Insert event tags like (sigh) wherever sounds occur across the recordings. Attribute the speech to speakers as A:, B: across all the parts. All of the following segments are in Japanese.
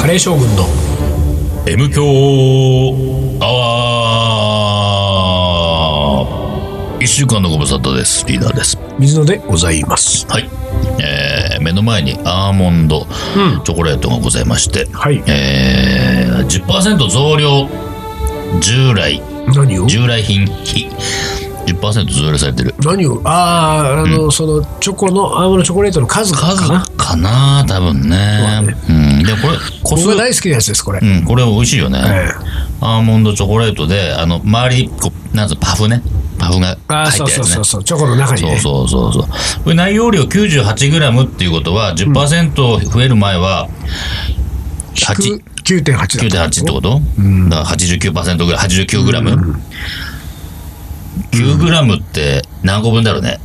A: 大将軍の
B: M 強アワー一週間のご無沙汰です。リーダーです。
A: 水野でございます
B: はい。えー、目の前にアーモンドチョコレートがございまして、
A: はい
B: えー、10%増量、従来、
A: 何を
B: 従来品、ひ10%増量されてる。
A: 何をあああの、そのチョコのアーモンドチョコレートの数か
B: 数
A: な
B: かな多分ね。うん。で、これ、個
A: 僕
B: 数
A: が大好きなやつですこれ、
B: うん、これ美味しいよね、
A: ええ
B: アーモンドチョコレートであの周りこうなんつうのパフねパフが
A: ああ
B: 入
A: そ
B: っ
A: う
B: てる
A: そ
B: や
A: う
B: つ
A: そうそ
B: ね
A: うチョコの中に
B: そう
A: ね
B: そうそうそうこれ内容量 98g っていうことは10%増える前は8
A: 9.8だった
B: 9.8ってこと、だから89%ぐらい 89g9g、9g って何個分だろうね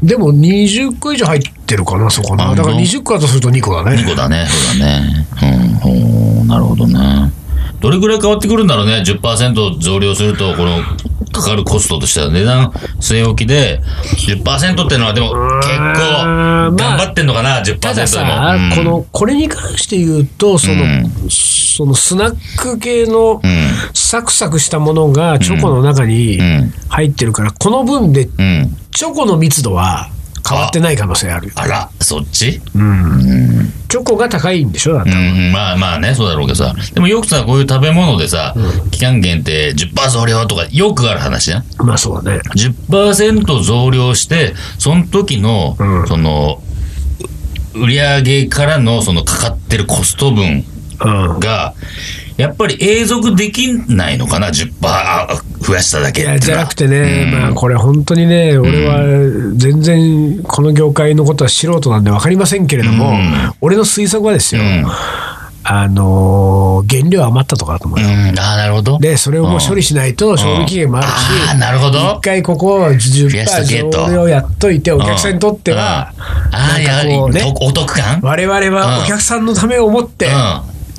B: 2
A: でも20個以上入ってるかなそうかな
B: あ
A: だから
B: 本当
A: 20個だとすると2個だ
B: 個2
A: ね
B: 個だねそうだねうんほうなるほどねどれぐらい変わってくるんだろうね10%増量するとこのかかるコストとしては値段据え置きで10%ってのはでも結構
A: うー
B: 頑
A: んまあ
B: 張ってんのかな10%でも
A: たださ、
B: うん
A: このこれに関して言うとその,、
B: う
A: そのスナック系の
B: う
A: サクサクしたものがチョコの中に
B: うん
A: 入ってるから、この分で
B: んうん
A: チョコの密度は変わってない可能性あるよ
B: あらそっ
A: チ
B: ち
A: ョコが高いんでしょだって、
B: うん、まあまあね、そうだろうけどさ。でもよくさ、こういう食べ物でさ、期間限定10%増量とかよくある話ね。
A: まあそうだね
B: 10%増量して、その時の、
A: うん
B: その、売り上げからのそのかかってるコスト分
A: うん
B: が、やっぱり永続できないのかな、10%あ増やしただけ
A: いや
B: って
A: じ
B: の
A: ゃ
B: は
A: なくてね、
B: うん
A: まあこれ本当にね、俺は全然この業界のことは素人なんで分かりませんけれども、
B: うん
A: 俺の推測はですよ、
B: うん
A: あのー原料余ったとかだと思う
B: う
A: よ、
B: ん、ああ、なるほど。
A: でそれをもう処理しないと賞
B: うん
A: 味期限もあるし、
B: あーなるほど
A: 一。回ここを
B: 増やしとけ
A: 10%
B: と
A: 増量やっといてお客さんにとっては
B: うん、ああ、や
A: な
B: は
A: ん
B: り、
A: かこうね
B: お得感
A: 我々は
B: うん
A: お客さんのためを思って
B: うん。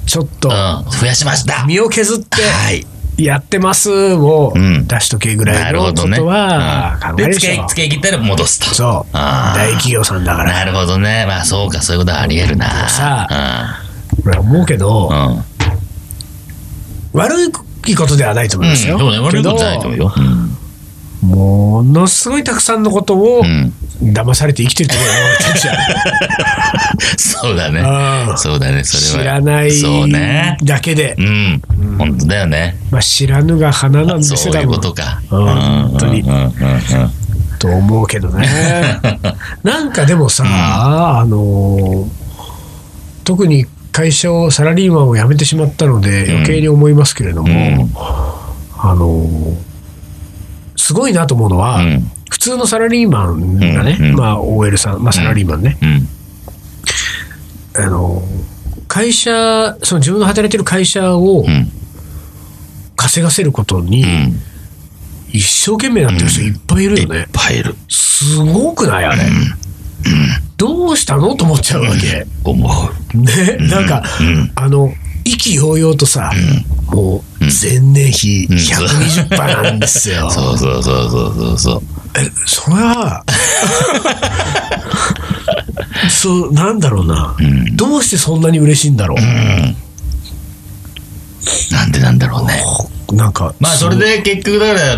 A: ちょっと
B: うん、増やしました。
A: 身を削って
B: はい。
A: やってますを
B: うん
A: 出しとけぐら
B: ないる
A: の
B: ほ
A: こ
B: どね。
A: とは
B: うん
A: 考える
B: で、
A: で
B: つ
A: し
B: け
A: ょ、
B: つけ切ったら戻すと。
A: そう
B: あー
A: 大企業さんだから
B: なるほどね。まあ、そうか、そういうことはあり得るな。
A: さ
B: あ、
A: 俺は思うけど
B: うん。うん。
A: 悪いことではないと思いますよ、
B: そうね、悪いことじゃないと思うよ。う
A: け
B: ん
A: どものすごいたくさんのことを
B: うん。
A: 騙されて生きてると思うよ俺たちは
B: そうだね
A: あー。
B: そうだね、 (laughs) そ
A: 知
B: れは。
A: らない
B: そうね。
A: だけで、
B: うん。本当だよね。
A: まあ、知らぬが花なんです
B: そ
A: よ
B: うい
A: 多
B: う
A: 分
B: ことか。
A: うん本当に
B: うんうんうんうん
A: と思うけど
B: (laughs)
A: ねなんかでもさ、あのー特に会社をサラリーマンを辞めてしまったので余計に思いますけれども、
B: うん
A: あのーすごいなと思うのは、
B: うん
A: 普通のサラリーマンがね、
B: うんうん
A: まあ、OL さん、まあ、サラリーマンね、
B: うん。
A: あの会社その自分の働いてる会社を
B: うん。
A: 稼がせることに
B: うん。
A: 一生懸命なってる人いっぱいいるよね、
B: 入る。
A: すごくないあれ、どうしたのと思っちゃうわけ、
B: 思
A: ねなんか、
B: うん
A: あの意気揚々とさ、もう前年比
B: ん
A: 120%なんですよ、
B: う。そうそうそうそうそうそう。
A: えそれは (laughs) そうなんだろうな、
B: ん
A: どうしてそんなに嬉しいんだろう、
B: なんでなんだろうね。
A: なんか
B: まあそれで結局だから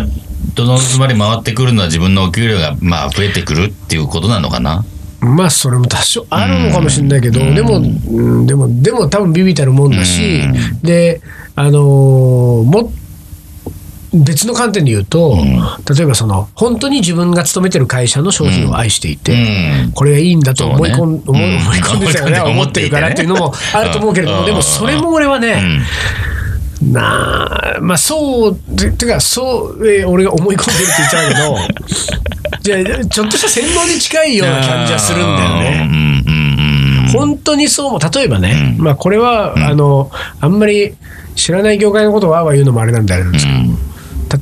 B: どのつまり回ってくるのは自分のお給料がまあ増えてくるっていうことなのかな。
A: まあそれも多少あるのかもしれないけど、でも、うん、でもでも多分ビビたるもんだし、であのーも別の観点で言うと、例えばその本当に自分が勤めてる会社の商品を愛していて、
B: うん。
A: これがいいんだと思い込ん,、
B: そうね
A: 思い込んでたよね、
B: うん
A: 思ってるからっていうのもあると思うけれども、
B: うん
A: でもそれも俺は
B: う
A: ね、
B: ん。
A: なあまあそうててかそう、えー俺が思い込んでるって言っちゃう (laughs) けどじゃあちょっとした洗脳に近いような感じはするんだよね。
B: ね。うんうんうん。
A: 本当にそうも例えばね、まあこれは、あのあんまり知らない業界のことをわーわー言うのもあれなんであれなんですけど、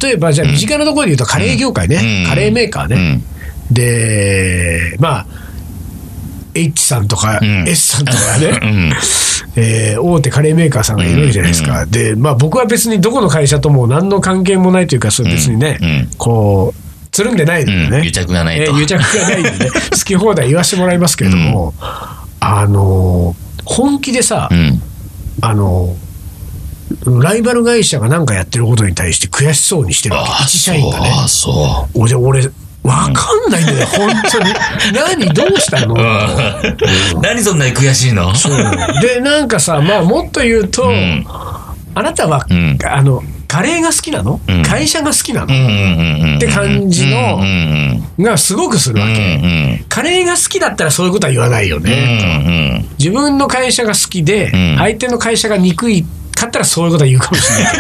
A: 例えばじゃあ身近なところで言うとカレー業界ね、
B: うん
A: カレーメーカーね、でまあ H さんとか
B: うん
A: S さんとかね、
B: うん。
A: (laughs) えー大手カレーメーカーさんがいるわけじゃないですか、でまあ僕は別にどこの会社とも何の関係もないというかそれ別にね、
B: うんうん
A: こうつるんでないのでね、
B: うん癒着がないと
A: えー癒着がないんで
B: (laughs)
A: ね好き放題言わせてもらいますけれども、あのー本気でさ、
B: うん
A: あのライバル会社が何かやってることに対して悔しそうにしてるわ
B: あ
A: け
B: あ、
A: 一社員がね
B: そう、そ
A: 俺、俺、わかんないんだよ、本当
B: (laughs)
A: に。何、どうしたの、
B: う。うん。何そんなに悔しいの
A: そうで、なんかさ、まあ、もっと言うと、
B: うん。
A: あなたは、
B: うん
A: あの、カレーが好きなの、
B: うん
A: 会社が好きな
B: う
A: の、
B: んうんうん。
A: って感じの
B: うんうん
A: がすごくする
B: うん。う
A: わ
B: ん
A: け、
B: うん。
A: カレーが好きだったらそういうことは言わないよ
B: う
A: ね。
B: ん
A: 自分の会社が好きで、
B: うん
A: 相手の会社が憎いかったらそういうことは言うかもしれない。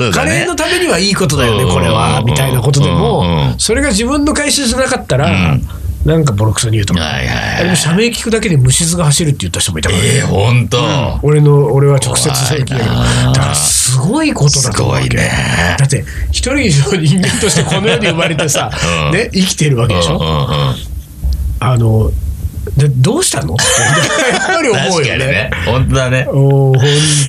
B: うん。
A: カレーのためにはいいことだよ
B: う
A: ね、
B: ん
A: これは、
B: うん
A: みたいなことで
B: うん
A: も
B: う、ん
A: それが自分の会社じゃなかった
B: う
A: ら
B: ん、
A: なんかボロクソに言うとか。
B: はいはい
A: あれ
B: は
A: も
B: い。
A: 社名聞くだけで虫唾が走るって言った人もいたからね
B: ええ、ほんと。
A: 俺の、俺は直接正規だけど
B: 怖いな
A: だからすごいことだと思うわけ
B: すごいね
A: だって、一人以上人間としてこの世に生まれてさ
B: (laughs) う、ん
A: ね、生きてるわけでし
B: うん
A: ょ。
B: うんうん
A: あの、でどうしたのってやっぱり思
B: (laughs) 確
A: う
B: か
A: よ
B: に
A: ね
B: ね。。ほんとだね。
A: おー本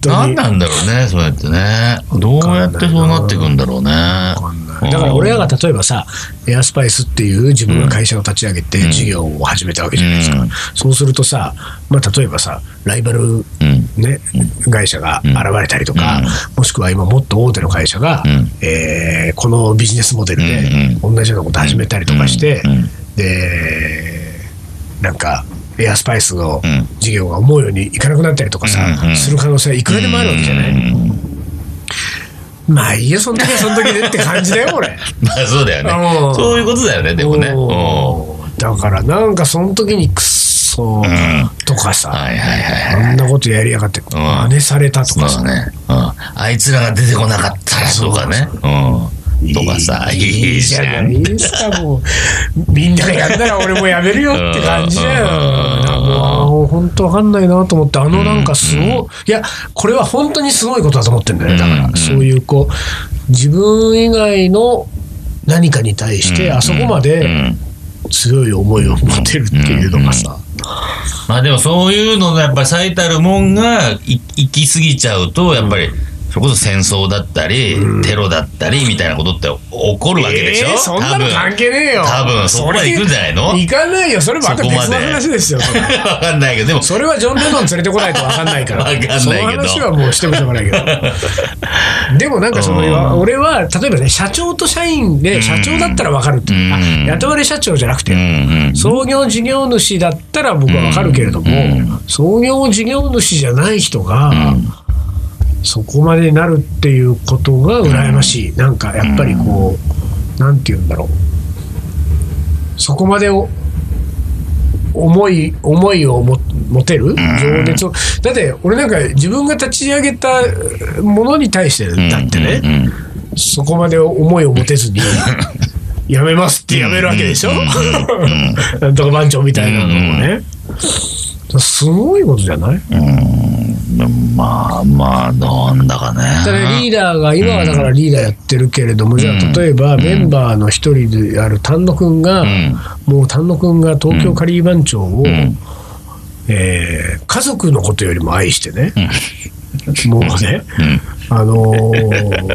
A: 当
B: 何
A: に。
B: なんだろうね、そうやってね。どうやってそうなっていくんだろうね。
A: だから俺ら
B: が
A: が例えばさ、エアスパイスっていう自分が会社を立ち上げて事業を始めたわけじゃないですか。
B: うん
A: そうするとさ、まあ、例えばさ、ライバル、
B: うん。
A: ね、会社が現れたりとか、もしくは今もっと大手の会社が、
B: うん
A: えーこのビジネスモデルで同じようなこと始めたりとかして、
B: うんうん
A: で、なんか、エアスパイスの
B: うん
A: 事業が思うようにいかなくなったりとかさ、
B: うんうん
A: する可能性はいくらでもあるわけじゃない、
B: うん
A: まあいいよ、その時はその時でって感じだよ、俺。
B: まあそうだよ
A: う
B: ね。
A: ん
B: そういうことだよね、でもね。うん
A: おーだからなんかその時にくっそ
B: ん
A: とかさ、
B: はいはいはいはい。
A: あんなことやりやがって、
B: ん
A: 真似されたと
B: ま
A: かさ
B: あ、ね。うんあいつらが出てこなかったらとかね。うん。とかさ、いいじ
A: じゃ
B: ゃ。
A: なんいですか、もう。みんながやんなら俺もやめるよって感じだよ。
B: うんうん
A: だからもう本当わかんないなと思って、あのなんかすごい、いや、これは本当にすごいことだと思ってんだよね。だから、
B: うん
A: そういうこう、自分以外の何かに対して、あそこま
B: う
A: で
B: ん
A: 強い思いを持てるっていうのがさ、
B: まあでもそういうののやっぱり最たるもんがい行き過ぎちゃうとやっぱりそれこそ戦争だったり、テロだったりみたいなことって起こるわけでしょ、
A: えーそんなの関係ねえよ
B: 多分そこまで行くんじゃないの
A: 行かないよそれまた別の話ですよそれ
B: (laughs) 分かんないけどでも
A: それはジョン・レノン連れてこないと分かんない
B: (laughs)
A: から
B: 分かんないけど
A: その話はもうしてもしょうがないけど
B: (laughs)
A: でもなんかその
B: うん
A: 俺は例えばね社長と社員で社長だったら分かるって、
B: うん
A: あ雇われ社長じゃなくて、
B: うんうん
A: 創業事業主だったら僕は分かるけれども、
B: うん
A: 創業事業主じゃない人が、
B: うん
A: そこまでになるっていうことが羨ましい、なんかやっぱりこう、なんて言うんだろうそこまでを思い思いをも持てる情熱を、だって俺なんか自分が立ち上げたものに対してだってね、
B: うんうん
A: そこまで思いを持てずにやめますってやめるわけでしょ、
B: うんうんう
A: (laughs) なんとか番長みたいなのもね、すごいことじゃない
B: うんでもまあまあなんだかね
A: ただリーダーが、今はだからリーダーやってるけれども、じゃあ
B: うん
A: 例えばメンバーの一人である丹野くんが、
B: ん
A: もう丹野くんが東京カリー番長を、
B: ん
A: えー家族のことよりも愛してね、もうね、あのー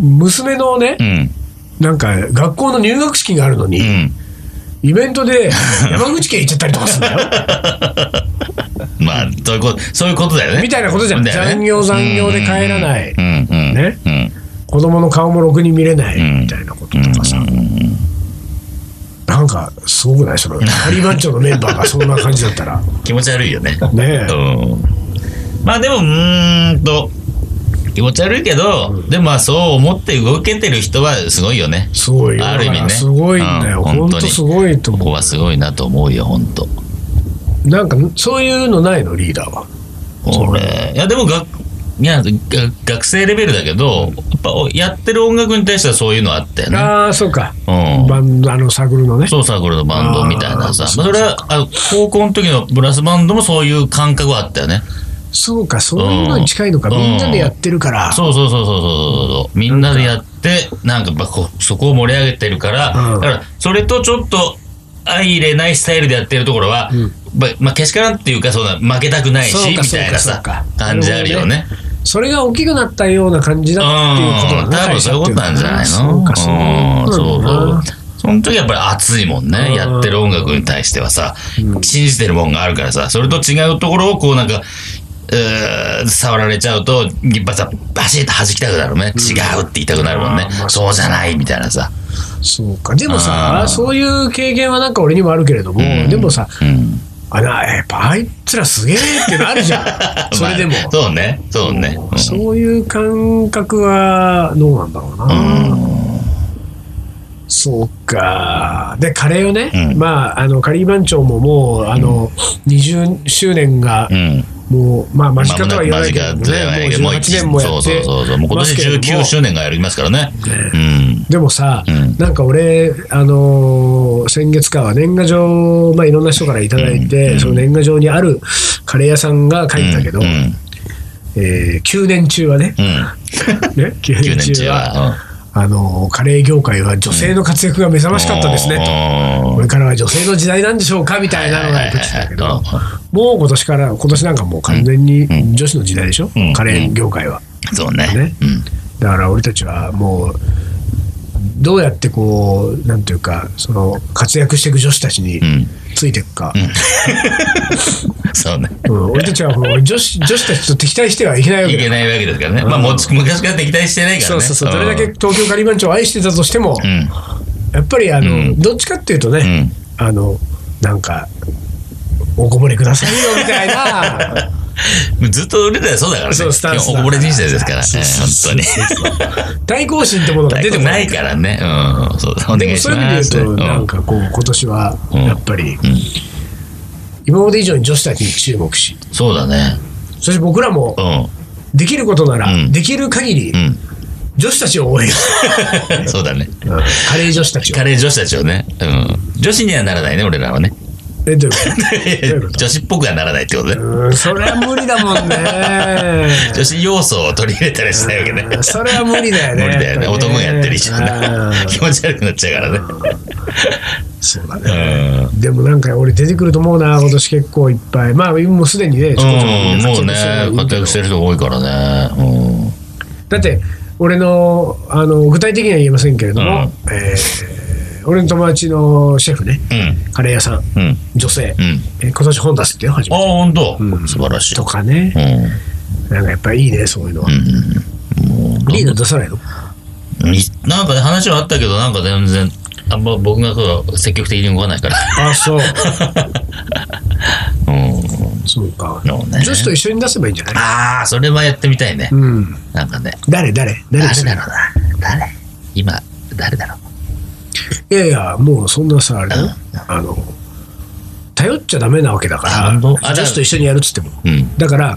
A: 娘のね、
B: うん
A: なんか学校の入学式があるのに、
B: うん
A: イベントで山口県行っちゃったりとかするん
B: (laughs)
A: だよ。
B: まあそういうことそういうことだよね
A: みたいなことじゃん
B: だよね
A: 残業残業で帰らない
B: うんうんうん
A: ね
B: うん
A: 子供の顔もろくに見れない、
B: うん
A: みたいなこととかさ、なんかすごくない
B: (laughs)
A: そのカリー番長のメンバーがそんな感じだったら
B: 気持ち悪いよね
A: ねえ
B: うんまあでもうーんと気持ち悪いけど、でもまあそう思って動けてる人はすごいよね
A: すごいよ
B: ある意味ね
A: だからすごいんだよ、
B: うん
A: ほん
B: 本
A: と
B: 当に
A: すごいと
B: こ
A: 思
B: こはすごいなと思うよ本当
A: うなんかそういうのないのリーダーは
B: 俺いやでも学いやが学生レベルだけどやっぱおやってる音楽に対してはそういうのあったよね
A: ああそうか、
B: うん
A: バンドあのサークルのね
B: そうサークルのバンドみたいなさ
A: あー
B: まあ、それはあの高校の時のブラスバンドもそういう感覚はあったよね
A: そうかそういうのに近いのか、
B: うん
A: みんなでやってるから、
B: そうそうそうそうそうそうそうみんなでやってなんかやっぱこうそこを盛り上げてるから、
A: うん
B: だからそれとちょっと相入れないスタイルでやってるところは、ままあけしからんっていうかそんな負けたくない
A: そう
B: しみ
A: か
B: たいな
A: そ
B: さ
A: うかそうか
B: 感じあるよね。
A: それが大きくなったような感じだっていうことだ
B: うん、
A: な
B: 多分
A: 会社
B: そうい
A: っ
B: うこ
A: ていう
B: と
A: のは
B: なんじゃないの
A: そうかそういう
B: うん
A: こと
B: そう
A: なんだな
B: そうその時やっぱり熱いもん
A: うん
B: ね。やってる音楽に対してはさ、信じてるもんがあるからさ、それと違うところをこうなんか、うー触られちゃうと、バサバシッと弾きたくなるもんね。違うって言いたくなるもんね。そうじゃないみたいなさ。
A: そうか。でも
B: あ
A: さ、
B: ー
A: そういう経験はなんか俺にもあるけれども、
B: うん
A: でもさ、
B: うん。
A: あな、やっぱあいつらすげえってなるじ
B: (laughs)
A: ゃん。それでも。
B: まあそうね。そうね。うん
A: そういう感覚はどうなんだろうな。そうか。で、カレーをね、
B: うん
A: まあ、あの、カリー番長ももう、あの、20周年が
B: う、ん。
A: もう、まあ、間近とは言わ
B: 間
A: ないけ
B: 近
A: ど
B: ではない
A: ね、
B: けど、
A: もう
B: もう一
A: 18年もや
B: そう
A: っ
B: そ
A: て
B: うそうそう。もう今
A: ますけれ
B: 年
A: ども
B: 19周年がやりますからね。
A: でもさ、
B: うん
A: なんか俺、あのー先月かは年賀状、まあ、いろんな人からいただいて、その年賀状にあるカレー屋さんが書
B: う
A: い
B: ん。
A: てたけど、
B: うん。
A: えー9年中はね、
B: (laughs) うん。
A: ね9
B: 9
A: 年
B: 年
A: 中
B: 中
A: は、
B: は。
A: あのーカレー業界は女性の活躍が目覚ましかったですね、と。
B: ね
A: これからは女性の時代なんでしょうかみたいなのがやってきてたけど、もう今年から、今年なんかもう完全に女子の時代でしょ、
B: うん
A: カレー業界は。
B: そうね
A: ね。
B: うん。
A: だから俺たちはもうどうやってこうなんていうかその活躍していく女子たちに
B: ん
A: ついていくか、
B: そうね。
A: うん俺たちはこう女 (laughs) 子女子たちと敵対してはいけないわ
B: い
A: けだ
B: けないわけですからね。まあ、もち昔から敵対してないから
A: そ
B: ね。
A: うそうそうどれだけ
B: うん。
A: 東京カリバン長を愛してたとしても、やっぱりあの、どっちかっていうとね、あのなんかおこぼれくださいよみたい (laughs) な
B: うんずっと俺らそうだからね。
A: そうスタンスだ
B: 基本おこぼれ人生ですから。え
A: そうそう
B: ー
A: そう
B: 本当に。
A: 対抗心ってものが出
B: 出
A: て
B: て
A: こな
B: ないい
A: から
B: からね。うん。そうお
A: で
B: 願
A: も
B: いし
A: そういう意
B: ま
A: 味
B: す。
A: で言うと、なん
B: う
A: かこう、今年はやっぱり、今まで以上に女子たちに注目し、
B: んそうだね。
A: そして僕らも
B: う
A: できることなら、
B: うん
A: できる限り
B: ん。うん。
A: 女子たちを応援す
B: そうだね。
A: る、カレー女子たちを。
B: カレー女子たちをね。うん。女子にはならないね、俺らはね。
A: えどういうこということ
B: (laughs) 女子っぽくはならないってことね。
A: うーんそれは無理だもんね。
B: (laughs) 女子要素を取り入れたりしないわけね。
A: うんそれは無理だよね。
B: 無理だよね。
A: っぱり
B: 男がやってる以上
A: うん
B: ね。気持ち悪くなっちゃうからね。
A: そうだ
B: う
A: ね。
B: ん。
A: でもなんか俺出てくると思うな、今年結構いっぱい。まあ、今もうすでにね、ちょこちょこ
B: うん、もうね、活躍してる人多いからね。うん。
A: だって俺のあの具体的には言えませんけれども、
B: うん
A: えー俺の友達のシェフね
B: うん。
A: カレー屋さん
B: うん。
A: 女性、
B: うん。
A: えー今年本出すっていうの初
B: ああ、
A: めて
B: ほんと。素晴らしい。
A: とかね
B: うん。
A: なんかやっぱりいいねそういうのは、リーダー出さないの
B: みなんかね、話はあったけど、なんか全然、あんま僕がそう積極的に動かないから。
A: あそう
B: うん。
A: (laughs) そうか
B: そうね
A: 女子と一緒に出せばいいんじゃない
B: ああ、それはやってみたいね。
A: うん
B: なんかね。
A: 誰誰誰
B: 誰
A: です
B: だろうな。誰今、誰だろう。
A: いやいやもうそんなさあれだよ、あの頼っちゃダメなわけだから
B: あ本当あ
A: 女子と一緒にやるっつっても
B: うん。
A: だから、
B: ん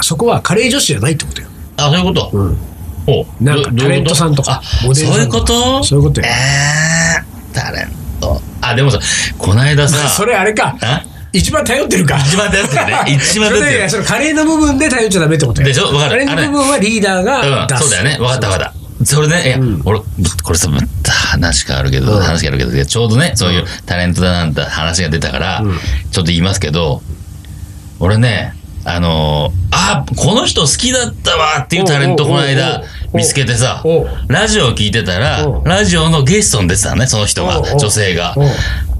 A: そこはカレー女子じゃないってことよ
B: あ、そういうこと。
A: うん
B: お
A: なんか
B: どどう
A: タレ
B: いうこと
A: ントさんとか
B: あ
A: モデル
B: そう
A: さ
B: い
A: ん
B: う
A: と
B: こ
A: か
B: と
A: そういうことよ
B: えー、タレント。あ、でもさ、こないださ、
A: それあれか
B: あ
A: 一番頼ってるか
B: 一番出すよね。
A: (laughs)
B: 一番出
A: それ
B: す
A: でい
B: よ
A: や。そのカレーの部分で頼っちゃダメってことよ
B: でしょわかる
A: カレーの部分はリーダーが
B: う
A: 出
B: ん、
A: す、
B: そうだよね。わかったわかった。それね、いや、俺、これさ、また話があるけど、
A: うん
B: 話があるけど、いやちょうどね、そういうタレントだなんて話が出たから、
A: うん
B: ちょっと言いますけど、俺ね、あのーあ、この人好きだったわっていうタレント
A: おう
B: こ
A: おう
B: の
A: おうおう
B: 間見つけてさ
A: おう、
B: ラジオ聞いてたら
A: お、う
B: ラジオのゲストに出てたのね、その人が
A: おうお、う
B: 女性が
A: おう。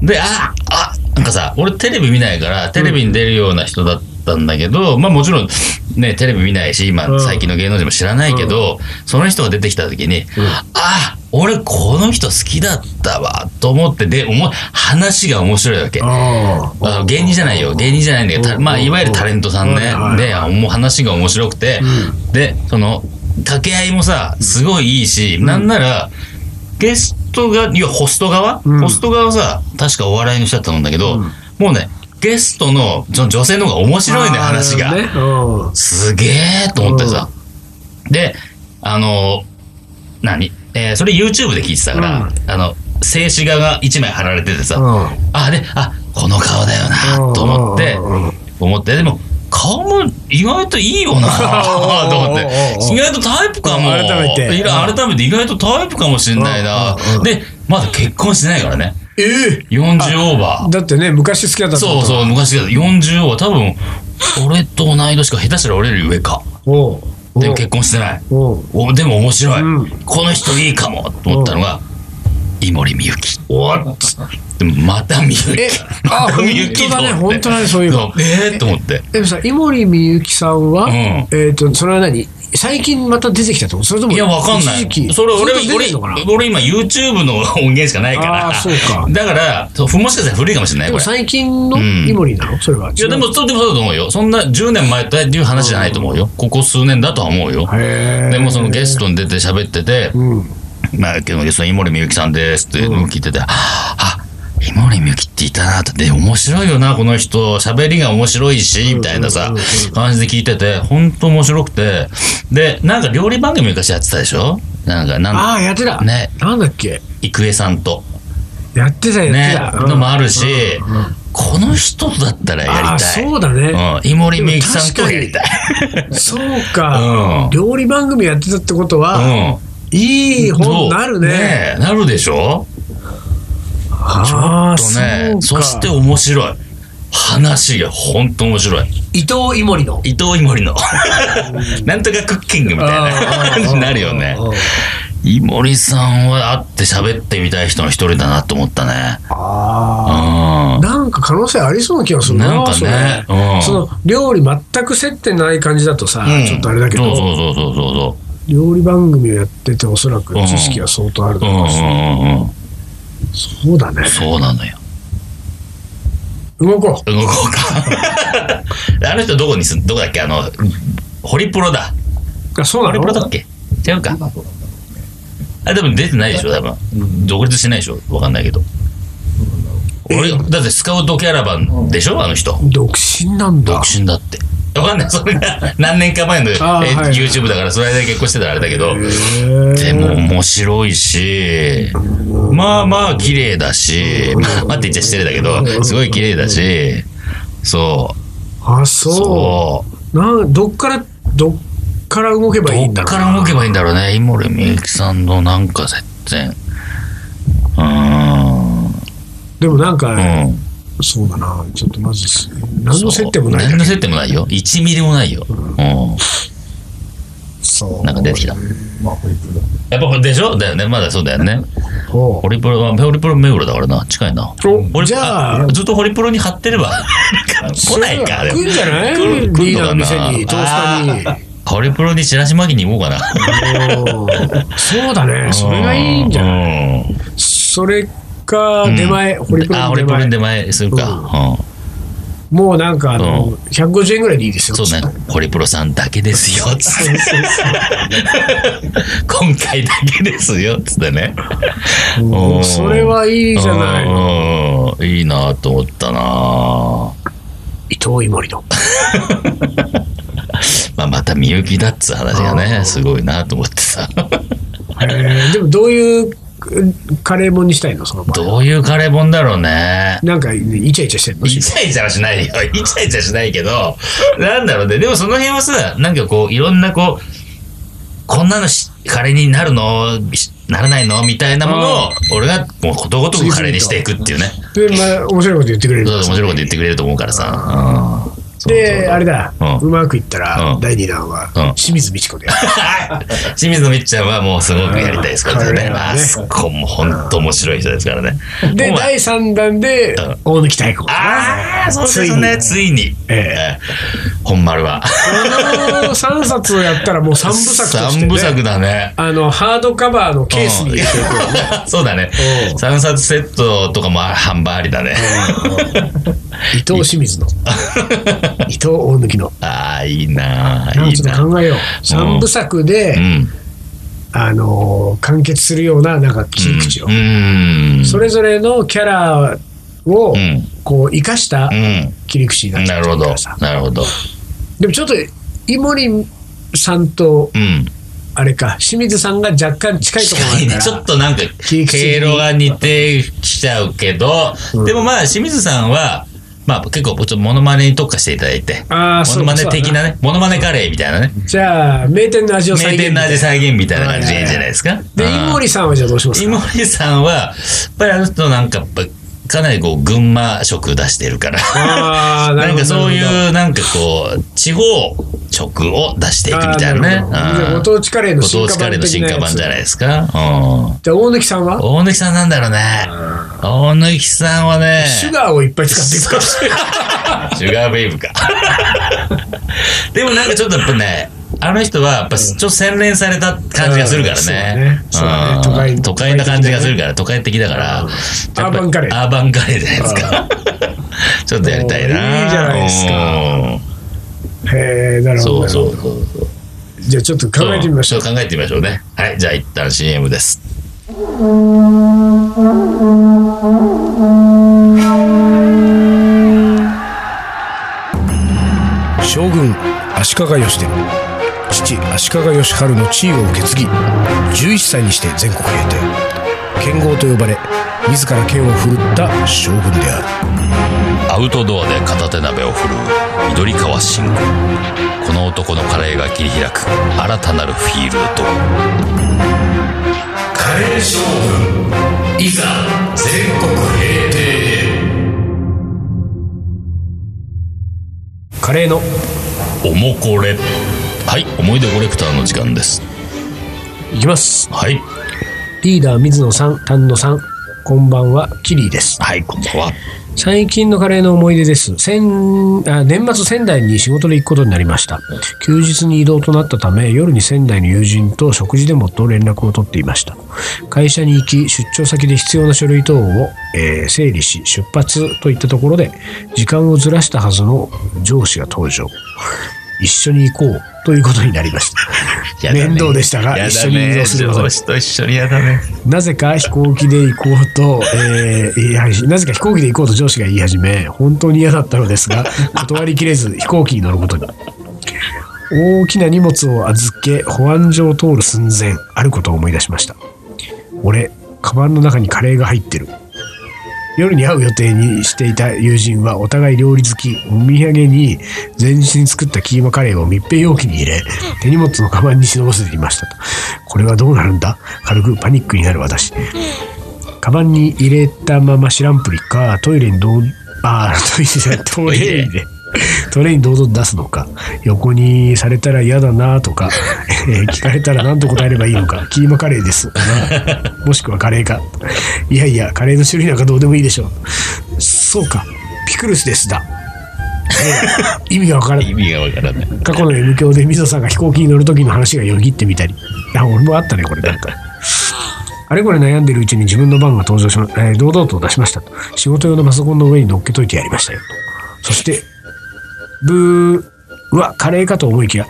B: で、あ、あ、なんかさ、俺テレビ見ないから、テレビに出るような人だったんだけど、まあもちろん、ね、テレビ見ないし、今
A: う、ん
B: 最近の芸能人も知らないけど、その人が出てきた時に、あ、俺この人好きだったわ、と思って、で、おも話が面白いわけ。
A: ああ
B: あの芸人じゃないよ芸人じゃないんだけどた
A: うん
B: まあいわゆるタレントさんね
A: うん
B: であもう話が面白くて、でその掛け合いもさすごいいいし、なんならゲストがいやホスト側、
A: うん
B: ホスト側はさ確かお笑いの人だったんだけど、
A: うん
B: もうねゲストのその女性の方が面白いね話が、
A: なるほどね
B: すげえと思ってさ、であの何、えーそれ YouTube で聞いてたから、
A: うん
B: あの静止画が1枚貼られててさ、
A: うん
B: あであこの顔だよなと思って
A: うんうんうんうん
B: 思ってでも顔も意外といいよな (laughs) と思っ
A: おう
B: て
A: おうおう
B: 意外とタイプかも
A: 改めて
B: いや改めて意外とタイプかもしれないな
A: うんうんうん
B: でまだ結婚してないからね
A: ええ
B: 40オーバ
A: だってね昔好きだった
B: ーそう
A: う
B: そう昔から40オーバー多分俺と同い年か下手したら俺より上か
A: おうおう
B: でも結婚してない
A: おう
B: おでも面白い、
A: うん
B: この人いいかもと思ったのが、
C: 井森美幸。
B: おっでもまたみゆき
A: え。あ本当だね本当だねそういえば
B: ええーと思って。
A: でもさ井森美幸さんは、
B: うん
A: えっとそれは何最近また出てきたってことそれとも
B: いや、わかんな
A: 一時
B: い。
A: 期
B: それ俺
A: ずっと出てんのかな
B: 俺、俺今 YouTube の音源しかないから。
A: あーそうか
B: だから、そうもしかしたら古いかもしれない、
A: でも
B: これ。
A: 最近の井森なの、それはい
B: や、でも、そう、でもそうだと思うよ。そんな10年前っていう話じゃないと思うよ。ここ数年だとは思うよ。
A: へー
B: でも、そのゲストに出て喋ってて、
A: うん
B: まあ、今日のゲストは井森美幸さんですっていうのを聞いてて、あ、井森美幸っていたなって、で、面白いよな、この人。喋りが面白いし、みたいなさ、感じで聞いてて、ほんと面白くて。で、なんか料理番組昔やってたでしょなんか、なん
A: ああやってた、
B: ね
A: なんだっけ
B: 郁恵さんと。
A: やってたやって
B: ね
A: た、、うん
B: のもあるし、この人だったらや
A: あ
B: り
A: ー
B: たい。
A: そうだね、
B: うん、井森美幸さんとやりたい。
A: そうか、
B: うん
A: 料理番組やってたってことは、
B: うん。
A: いい本になるね
B: えなるでしょ
A: ああ
B: とね。
A: そう
B: そ
A: か
B: して面白い。話が本当面白い。
A: 伊藤井森の
B: 伊藤井森の。なんとかクッキングみたいな感じになるよね
A: あ。ー
B: 井森さんは会って喋ってみたい人の一人だなと思ったね。
A: あー
B: うん。
A: なんか可能性ありそうな気がする
B: なんかね
A: それ
B: うん
A: その料理全く接点ない感じだとさ、ちょっとあれだけど
B: そうそうそうそうそ
A: 料理番組をやってておそらく
B: うん
A: 知識は相当ある
B: う。う
A: だ
B: んう
A: ろうし、
B: んうんうん。
A: そうだね
B: そうなのよ。
A: 動こ
B: 動こうか。 (laughs) あの人どこに住んどこだっけあの、ホリプロだ。
A: うあそう
B: ホ
A: な
B: リ
A: の
B: プロだっけ違うか。あ、でも出てないでしょ、多分。独立してないでしょ、わかんないけど。俺、だってスカウトキャラバンでしょ、あの人。
A: 独身なんだ
B: 独身だって。わかんない、それが何年か前のえ
A: あーはい
B: YouTube だから、それで結婚してたらあれだけど。
A: へ
B: で
A: え
B: も面白いし、まあまあ綺麗だし、まあまあって言っちゃ失礼だけど、すごい綺麗だし、そう、
A: あそう
B: そう。
A: なんどっからどっから動けばいい
B: ど
A: ん
B: っ
A: だろう
B: から動けばいいんだろうね。井森美幸さんのなんか接点。うーん。
A: でもなんか、
B: うん。
A: そうだなちょっとまず何の接点もない
B: 何の接点もないよ。1ミリもないよ。う
A: そ
B: ん。なんか出てきた。
A: まあホリプロ
B: やっぱこれでしょだよね。まだそうだよね。
A: お
B: ホリプロは、ホリプロ目黒だからな。近いな。ホリ
A: じゃあ
B: ずっとホリプロに貼って
A: (laughs)
B: れば、なんか来ないか。でも
A: 来るんじゃない
B: 来る来
A: リー
B: る
A: ダーの
B: の
A: 店
B: かな
A: にトースターに
B: あーホリプロにチラシ巻きに行こうかな。
A: うん
B: (laughs)
A: そうだね (laughs) それがいいんじゃない
B: ない
A: それか出前、ホリプロ
B: あ、
A: の
B: ホ
A: 出
B: リプロ
A: 前
B: に出前するか。うん。
A: もうなんかあの、
B: うん
A: 150円ぐらいでいいですよ
B: そうね、ホリプロさんだけです
A: (laughs)
B: よ、つって。今回だけですよ、つってね。
A: うん
B: うん
A: それはいいじゃない
B: うんうんいいなと思ったな
A: 伊藤井森の
B: まあ、またみゆきだっつう話がね、すごいなと思ってさ。
A: えーでもどういうカレーもんにしたいのその場合
B: どういうカレー本だろうね。
A: なんかイチャイチャしてんの
B: イチャイチャはしないよ。イチャイチャしないけど、なんだろうね。でもその辺はさ、なんかこう、いろんなこう、こんなのしカレーになるのしならないのみたいなものを、俺がもうことごとくカレーにしていくっていうね。
A: で、まあ、面白いこと言ってくれる
B: そう面白いこと言ってくれると思うからさ。うんそうそう
A: であれだ、
B: う
A: うんまくいったら、
B: うん
A: 第2弾は、
B: うん
A: 清水美智子
B: (laughs)
A: で
B: 清水のみっちゃんはもうすごくやりたいですから
A: う
B: ね。
A: ん
B: あそこも本当面白い人ですからね。
A: で
B: もう
A: 第3弾で
B: ん
A: 大貫妙子
B: ああ、そうですね。ついに。
A: ええ
B: ええ本丸は。
A: この3冊をやったらもう3部作として、ね、
B: 三部作だね。
A: あのハードカバーのケースに入れておく
B: うん (laughs) そうだね
A: うん。
B: 3冊セットとかも販売ありだね。
A: 伊藤清水
B: (laughs)
A: の伊藤大貫の
B: ああ、いいな
A: な
B: あ
A: ん
B: い
A: か
B: い
A: ちょっ
B: な
A: と考えよう
B: うん
A: 3部作で、
B: うん。
A: あのー完結するようななんか切り口を、
B: うん。
A: それぞれのキャラを、
B: うん
A: こう生かした
B: う
A: 切り口になっ
B: ん。
A: て
B: な
A: る
B: るほ
A: か
B: ど
A: らさ。
B: なるほど。
A: でもちょっと井森さんと
B: うん。
A: あれか清水さんが若干近いところがあ
B: 近い
A: るか
B: ね。
A: ら
B: ちょっとなんか、
A: 切
B: 経
A: り口に
B: 路が似てきちゃうけど、でもまあ、清水さんは、まあ結構、ちょっとモノマネに特化していただいて、
A: ああ
B: モ
A: そ
B: ノ
A: う
B: マ
A: か
B: ネ
A: そうだ
B: 的
A: な
B: なね、モノマネカレーみたいなね、
A: じゃあ名店の味を再
B: 名
A: 現
B: 店の味再現みたいな感じ
A: は
B: でい
A: い
B: いん
A: はい
B: じゃないですか。
A: で
B: うん
A: 井森さんはじゃあどうします
B: 井
A: か
B: 森さんは、やっぱりあの人なんかやっぱ、かなりこう群馬色出してるから
A: あ
B: (laughs)
A: ーなるほ
B: なん
A: ど
B: かそういうなんかこう地方色を出していくみたいなね
A: あーなるほどじゃあ
B: うん
A: ご当地カレーの
B: ご
A: 進
B: 当
A: 化
B: 地
A: 版
B: カレーの進化版じゃないですか、うん、
A: じゃあ大貫さんは
B: 大貫さんなんだろうね大貫さんはね
A: シュガーをいっぱい使っていく
B: シュガーベイブか。でもなんかちょっとやっぱね、あの人はやっぱちょっと洗練された感じがするからね。
A: うんそうだねそうだね
B: うん
A: 都
B: 都
A: 会
B: 会な感じがするから、都会的だから。
A: うん
B: やっぱ
A: アーバンカレー
B: アーバンカレーじゃないですか。 (laughs) ちょっとやりたいな。
A: おーいいじゃないですか
B: うん。
A: へえなるほど
B: そ
A: な
B: う
A: る
B: そ
A: ほ
B: う
A: ど
B: そう。
A: じゃあちょっと考えてみましょう
B: そう考えてみましょうね。はい、じゃあ一旦 CM です。
C: 将軍足利義で父足利義晴の地位を受け継ぎ11歳にして全国平定剣豪と呼ばれ自ら剣を振るった将軍である
B: アウトドアで片手鍋を振るう緑川信吾この男のカレーが切り開く新たなるフィールドカレー将軍いざ全国平定
C: カレーの
B: おもこれはい思い出コレクターの時間です
A: いきます
B: はい
A: リーダー水野さん丹野さんこんばんはキリーです
B: はいこんばんは
A: 最近のカレーの思い出です先あ年末仙台に仕事で行くことになりました休日に移動となったため夜に仙台の友人と食事でもと連絡を取っていました会社に行き出張先で必要な書類等を、えー整理し出発といったところで時間をずらしたはずの上司が登場一緒に行こうということになりました、面倒でしたが
B: やだね
A: 一緒に移動することに
B: 上司と一緒にやだね
A: なぜか飛行機で行こうと、えー言い始めなぜか飛行機で行こうと上司が言い始め、本当に嫌だったのですが、 (laughs) 断りきれず飛行機に乗ることに。大きな荷物を預け、保安所を通る寸前、あることを思い出しました。俺、カバンの中にカレーが入ってる。夜に会う予定にしていた友人はお互い料理好き、お土産に前日に作ったキーマカレーを密閉容器に入れ、手荷物のカバンに忍ばせていましたと。これはどうなるんだ軽くパニックになる私。カバンに入れたまま知らんぷりか、トイレにどう、ああ、トイレじゃないトイレにねトイレに堂々と出すのか、横にされたら嫌だなとか、えー聞かれたら何と答えればいいのか、キーマカレーです。もしくはカレーか。いやいや、カレーの種類なんかどうでもいいでしょう。そうか、ピクルスですだ。えー意味がわからない
B: 意。味がわからない
A: 過去の M 響で水野さんが飛行機に乗る時の話がよぎってみたりあ俺もあったねこれなんかあれこれ悩んでるうちに自分の番が登場しま、えー堂々と出しましたと仕事用のパソコンの上に乗っけといてやりましたよとそしてブーうわカレーかと思いきや、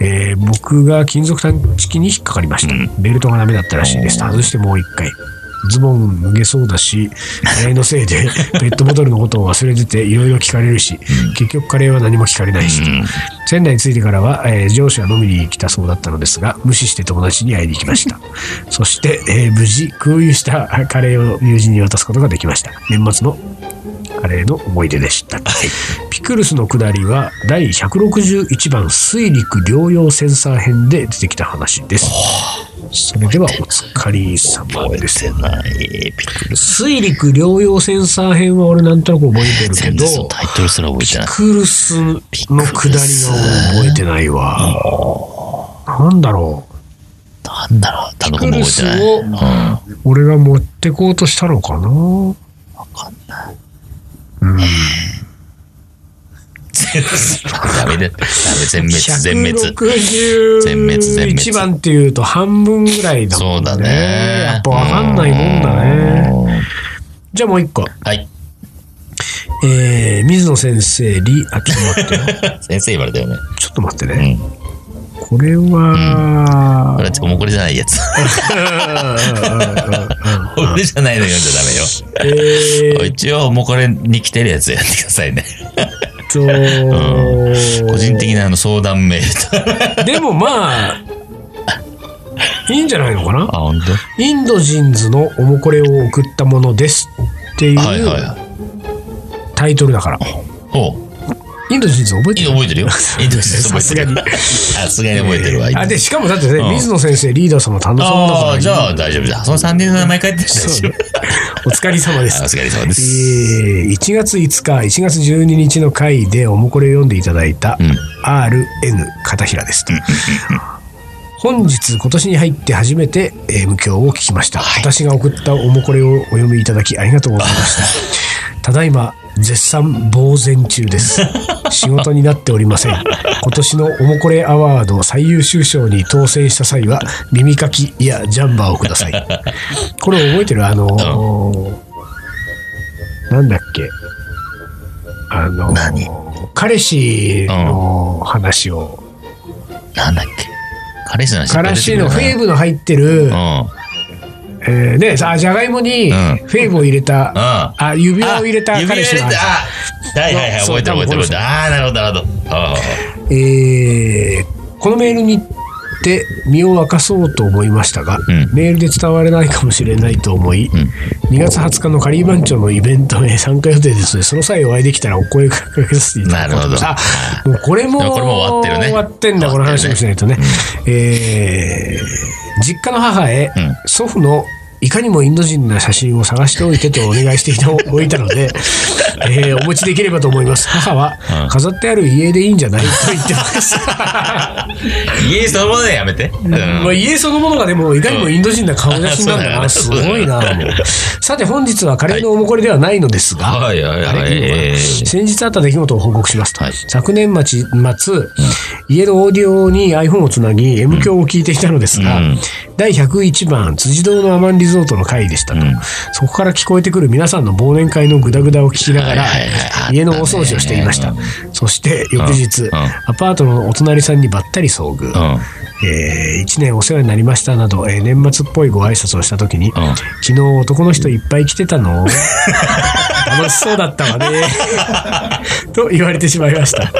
A: えー僕が金属探知機に引っかかりました、ベルトがダメだったらしいです外してもう一回ズボン脱げそうだし、カレーのせいでペットボトルのことを忘れてていろいろ聞かれるし、結局カレーは何も聞かれないし、仙台に着いてからは、えー上司が飲みに来たそうだったのですが無視して友達に会いに行きました (laughs) そして、えー無事空輸したカレーを友人に渡すことができました年末のカレーの思い出でした、ピクルスの下りは第161番水陸両用センサー編で出てきた話ですそれではお疲れ様
B: 覚え
A: です
B: てないピクルス
A: 水陸両用センサー編は俺なんとなく覚えてるけ
B: 全然そ
A: ど
B: のタイトルすら覚えてない
A: ピクルスの下りが覚えてないわ。なんだろう。
B: なんだろうタバコも覚えてない
A: ピクル俺が持ってこうとしたのかな
B: うん、ダメだダメ全滅全滅全滅全滅
A: 161番っていうと半分ぐらいだもん
B: そう
A: ね。
B: だね。
A: やっぱわかんないもんだね。
B: ね。
A: じゃあもう一個。
B: はい。
A: えー、水野先生に、あ、ちょっと待ってよ。
B: (laughs) 先生言われたよね。
A: ちょっと待って
B: う
A: ね。
B: ん。
A: これは
B: こ、れ、おもこれじゃないやつ。おもこれじゃないの読んじ (laughs) ゃダ
A: えー
B: メよ。一応、おもこれに来てるやつやってくださいね。
A: っと、
B: 個人的なあの相談メールと。
A: でもまあ、いいんじゃないのかな
B: あ、本当。
A: インド人ズのおもこれを送ったものですってい
B: はいは
A: う
B: い。
A: タイトルだから。
B: おう
A: インド人覚えて
B: いい
A: る
B: の覚えて
A: (laughs)
B: るよ。インド人
A: さすがに
B: (laughs) 覚えてる (laughs) さすがに覚えてるわ。
A: あでしかもだってね、
B: うん
A: 水野先生リーダー様旦那様だか
B: あ
A: ら
B: あ、じゃあ大丈夫だ。その3人の名前書いてる
A: そう
B: し
A: ね (laughs) お疲れ様です
B: あお疲れ様です。
A: えー1月5日1月12日の回でおもこれを読んでいただいた RN 片平ですと。本日今年に入って初めてえー無教を聞きました、私が送ったおもこれをお読みいただきありがとうございま
B: (laughs)
A: したただいま絶賛呆然中です仕事になっておりません今年のおもこれアワード最優秀賞に当選した際は耳かきいやジャンバーをくださいこれ覚えてるあのーなんだっけあのー
B: 何
A: 彼氏の話を、
B: なんだっけ。彼氏の話。
A: からしのフェー
B: ブ。
A: ブの入ってる
B: う、ん。
A: えーね、さじゃがいもにフ
B: うん
A: ェーブを入れた、
B: あ
A: あ指輪を入れた彼氏の
B: 指輪を入れ
A: 話
B: たあはいはいはい、
A: そう
B: 覚えてる覚えてる覚えてる。ああ、なるほどなるほど。あ
A: えーこのメールにて身を明かそうと思いましたが、
B: うん
A: メールで伝われないかもしれないと思い、2月20日のカリー番長のイベントへ参加予定ですのでその際お会いできたらお声をかけさせていただきます
B: なる
A: あもうこれも
B: でもこれも終わってるね
A: 終わってんだこの話もしないとね、えー実家の母へ、
B: うん
A: 祖父のいかにもインド人な写真を探しておいてとお願いしていたおいたの
B: (laughs)
A: で、えーお持ちできればと思います母は、
B: うん
A: 飾ってある家でいいんじゃないと言ってました
B: あ。家そのものでやめて。うん
A: まあ、家そのものがでもいかにもインド人な顔写真なんだ
B: う
A: な、
B: ん
A: すごいな
B: (laughs) そうだね
A: もうさて本日はカレーのおもこれではないのですが、
B: はいはい
A: あ
B: は
A: れ
B: い
A: いいのかな
B: えー。
A: 先日あった出来事を報告しますと、
B: はい
A: 昨年末、末家のオーディオに iPhone をつなぎ M 響を聞いていたのですが、
B: うん
A: 第101番辻堂のアマンリゾートの回でしたと、
B: うん
A: そこから聞こえてくる皆さんの忘年会のグダグダを聞きながら
B: はいはいはい
A: 家のお掃除をしていました、
B: あった
A: そして翌日、
B: うんうん
A: アパートのお隣さんにばったり遭遇、
B: うん。
A: え1年お世話になりましたなど、えー年末っぽいご挨拶をした時に、
B: ん
A: 昨日男の人いっぱい来てたの楽しそうだったわね (laughs) と言われてしまいました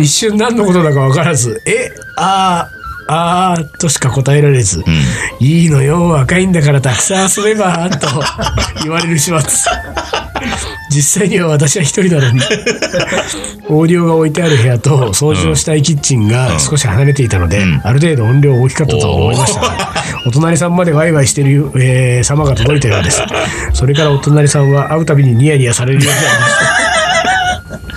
A: 一瞬何のことだか分からず「えあーあー」としか答えられず「いいのよ若いんだからたくさん遊べば」と言われる始末 (laughs) 実際には私は一人なのにオーディオが置いてある部屋と掃除をしたいキッチンが少し離れていたので、
B: うん
A: ある程度音量大きかったと思いましたがお隣さんまでワイワイしてる、えー様が届いたようですそれからお隣さんは会うたびにニヤニヤされるようになりました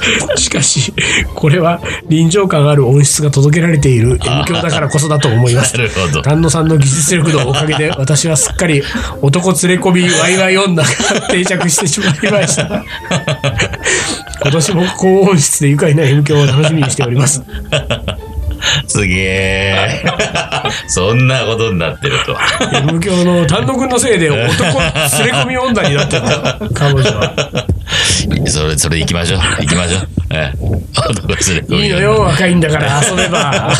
A: (laughs) しかし、これは臨場感ある音質が届けられている M 響だからこそだと思います
B: なるほど。
A: 丹野さんの技術力のおかげ
B: (laughs)
A: で私はすっかり男連れ込みワイワイ女が定着してしまいま
B: (laughs)
A: した今年も高音質で愉快な M 響を楽しみにしております
B: すげえ。 (laughs) そんなことになってるとは。
A: M 響の丹野くんのせいで男連れ込み女になってた彼女は。
B: それ、それ行きましょう。 (laughs) 行きましょう。ええ。男連れ込み
A: いいのよ、若いんだから遊べば。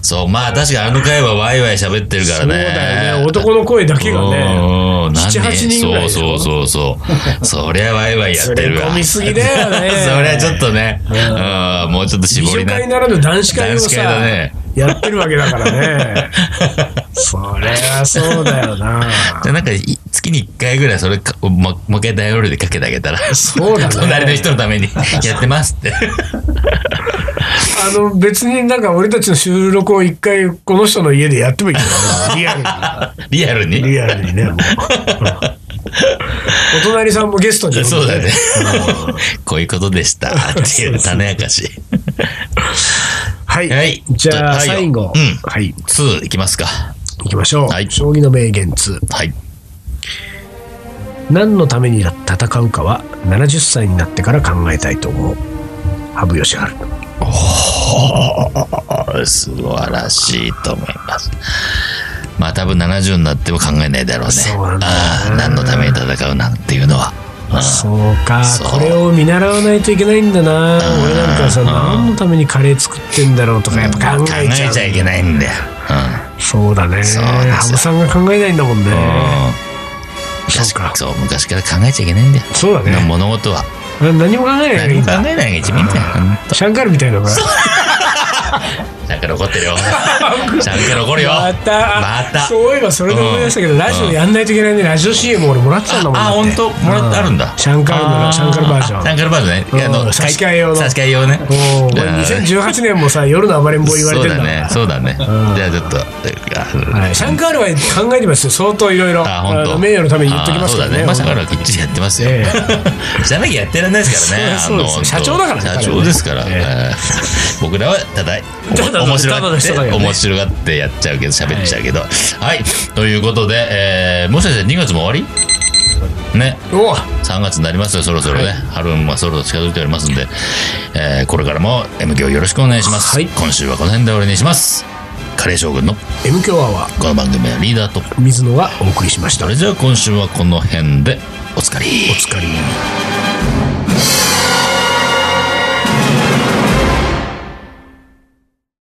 B: そう、まあ確かにあの回はワイワイ喋ってるか
A: そ
B: ら
A: う
B: ね。
A: だよね、男の声だけがね。
B: うん何
A: 7 8人ぐらいでし
B: そ
A: ょ
B: うそうそうそう。そりゃワイワイやって
A: 連
B: る
A: れ
B: わ。
A: 込みすぎだよね。
B: (laughs) そりゃちょっとね、うん、もうちょっ
A: 美
B: と絞
A: 女
B: り
A: 会
B: な。
A: ならぬ男子会を
B: 男子
A: さ
B: 会だね
A: やってるわけだから (laughs) ね
B: (laughs)
A: それはそうだよな
B: じゃあなんかい月に1回ぐらいそれかももう一回ダイオールでかけてあげたら
A: そうだね
B: (laughs) 隣の人のためにやってますって (laughs)
A: あの別になんか俺たちの収録を一回この人の家でやってもいいけどねリア
B: リアルに
A: ル (laughs) にリアルにねもうお隣さんもゲストに呼んで
B: そうだねこういうことでしたっていう種明かし
A: はい、
B: はい
A: じゃあ
B: はいよ
A: 最後、
B: うん
A: はい
B: 2いきますか
A: 行きましょう、
B: はい
A: 将棋の名言2
B: はい
A: 何のために戦うかは70歳になってから考えたいと思う羽生善治
B: 素晴らしいと思います。まあ多分70になっても考えないだろうね。
A: そうなんだ
B: ああ、何のために戦うなんていうのは。うん
A: そうか
B: そう
A: これを見習わないといけないんだな
B: うん
A: 俺なんかさ
B: うん
A: 何のためにカレー作ってんだろうとかやっぱ考
B: 考
A: え
B: え
A: ちゃう
B: ちゃいけないんだよ。
A: そうだね
B: そうですよ
A: 羽生さんが考えないんだもんね
B: うん。うん昔
A: そうか
B: そう昔から考えちゃいけないんだよ。
A: そうだね
B: 物事は。
A: な何も考えない
B: 何
A: いい
B: も
A: ん
B: 考
A: だ
B: えないのが一番いいんだよ。
A: シャンカルみたいなのが
B: なんか
A: (laughs)
B: 残ってるよ。なんか残るよ。
A: また
B: また。
A: そういえばそれで思い出したけど、
B: うん
A: ラジオやんないといけないねラジオ CM 俺もらってたんだもん
B: あ、
A: だって
B: 本当もらってあるんだ。
A: シャンカルの
B: あー
A: シャンカルバージョン
B: あシャンカルバージョンね。
A: うん差し替え用の
B: 差し替え用ね。
A: もう
B: じゃあ
A: 2018年もさ夜の暴れん坊言われ
B: そ
A: て
B: うん
A: だ
B: だね。そうだね。じゃあちょっと。
A: はい、シャンカールは考えてますよ相当いろいろ
B: あ、本
A: あの
B: 当。
A: 名誉のために言っときますからね
B: あそうだまあシャンカルバージョンはきっちりやってますよ
A: え。
B: (laughs) じゃなきゃやってられないですからね。
A: (laughs) そうそうです
B: あの
A: 社長だからね
B: 社長ですから。
A: 彼は
B: え (laughs) ー僕らはただ
A: ただの
B: 面白
A: ただ
B: が
A: の
B: っ
A: 人
B: て
A: だよね
B: 面白がってやっちゃうけど喋っちゃうけど。はい。ということでえーもしかして2月も終わり？ね。
A: おう
B: 3月になりますよ、そろそろね。春もそろそろ近づいておりますんで、えーこれからも M 響よろしくお願いします。
A: はい
B: 今週はこの辺で終わりにします。カレー将軍の
A: M 強アワ
B: この番組はリーダーと。
A: ー水野がお送りしました
B: それじゃあ今週はこの辺でおつかり。
A: お疲れ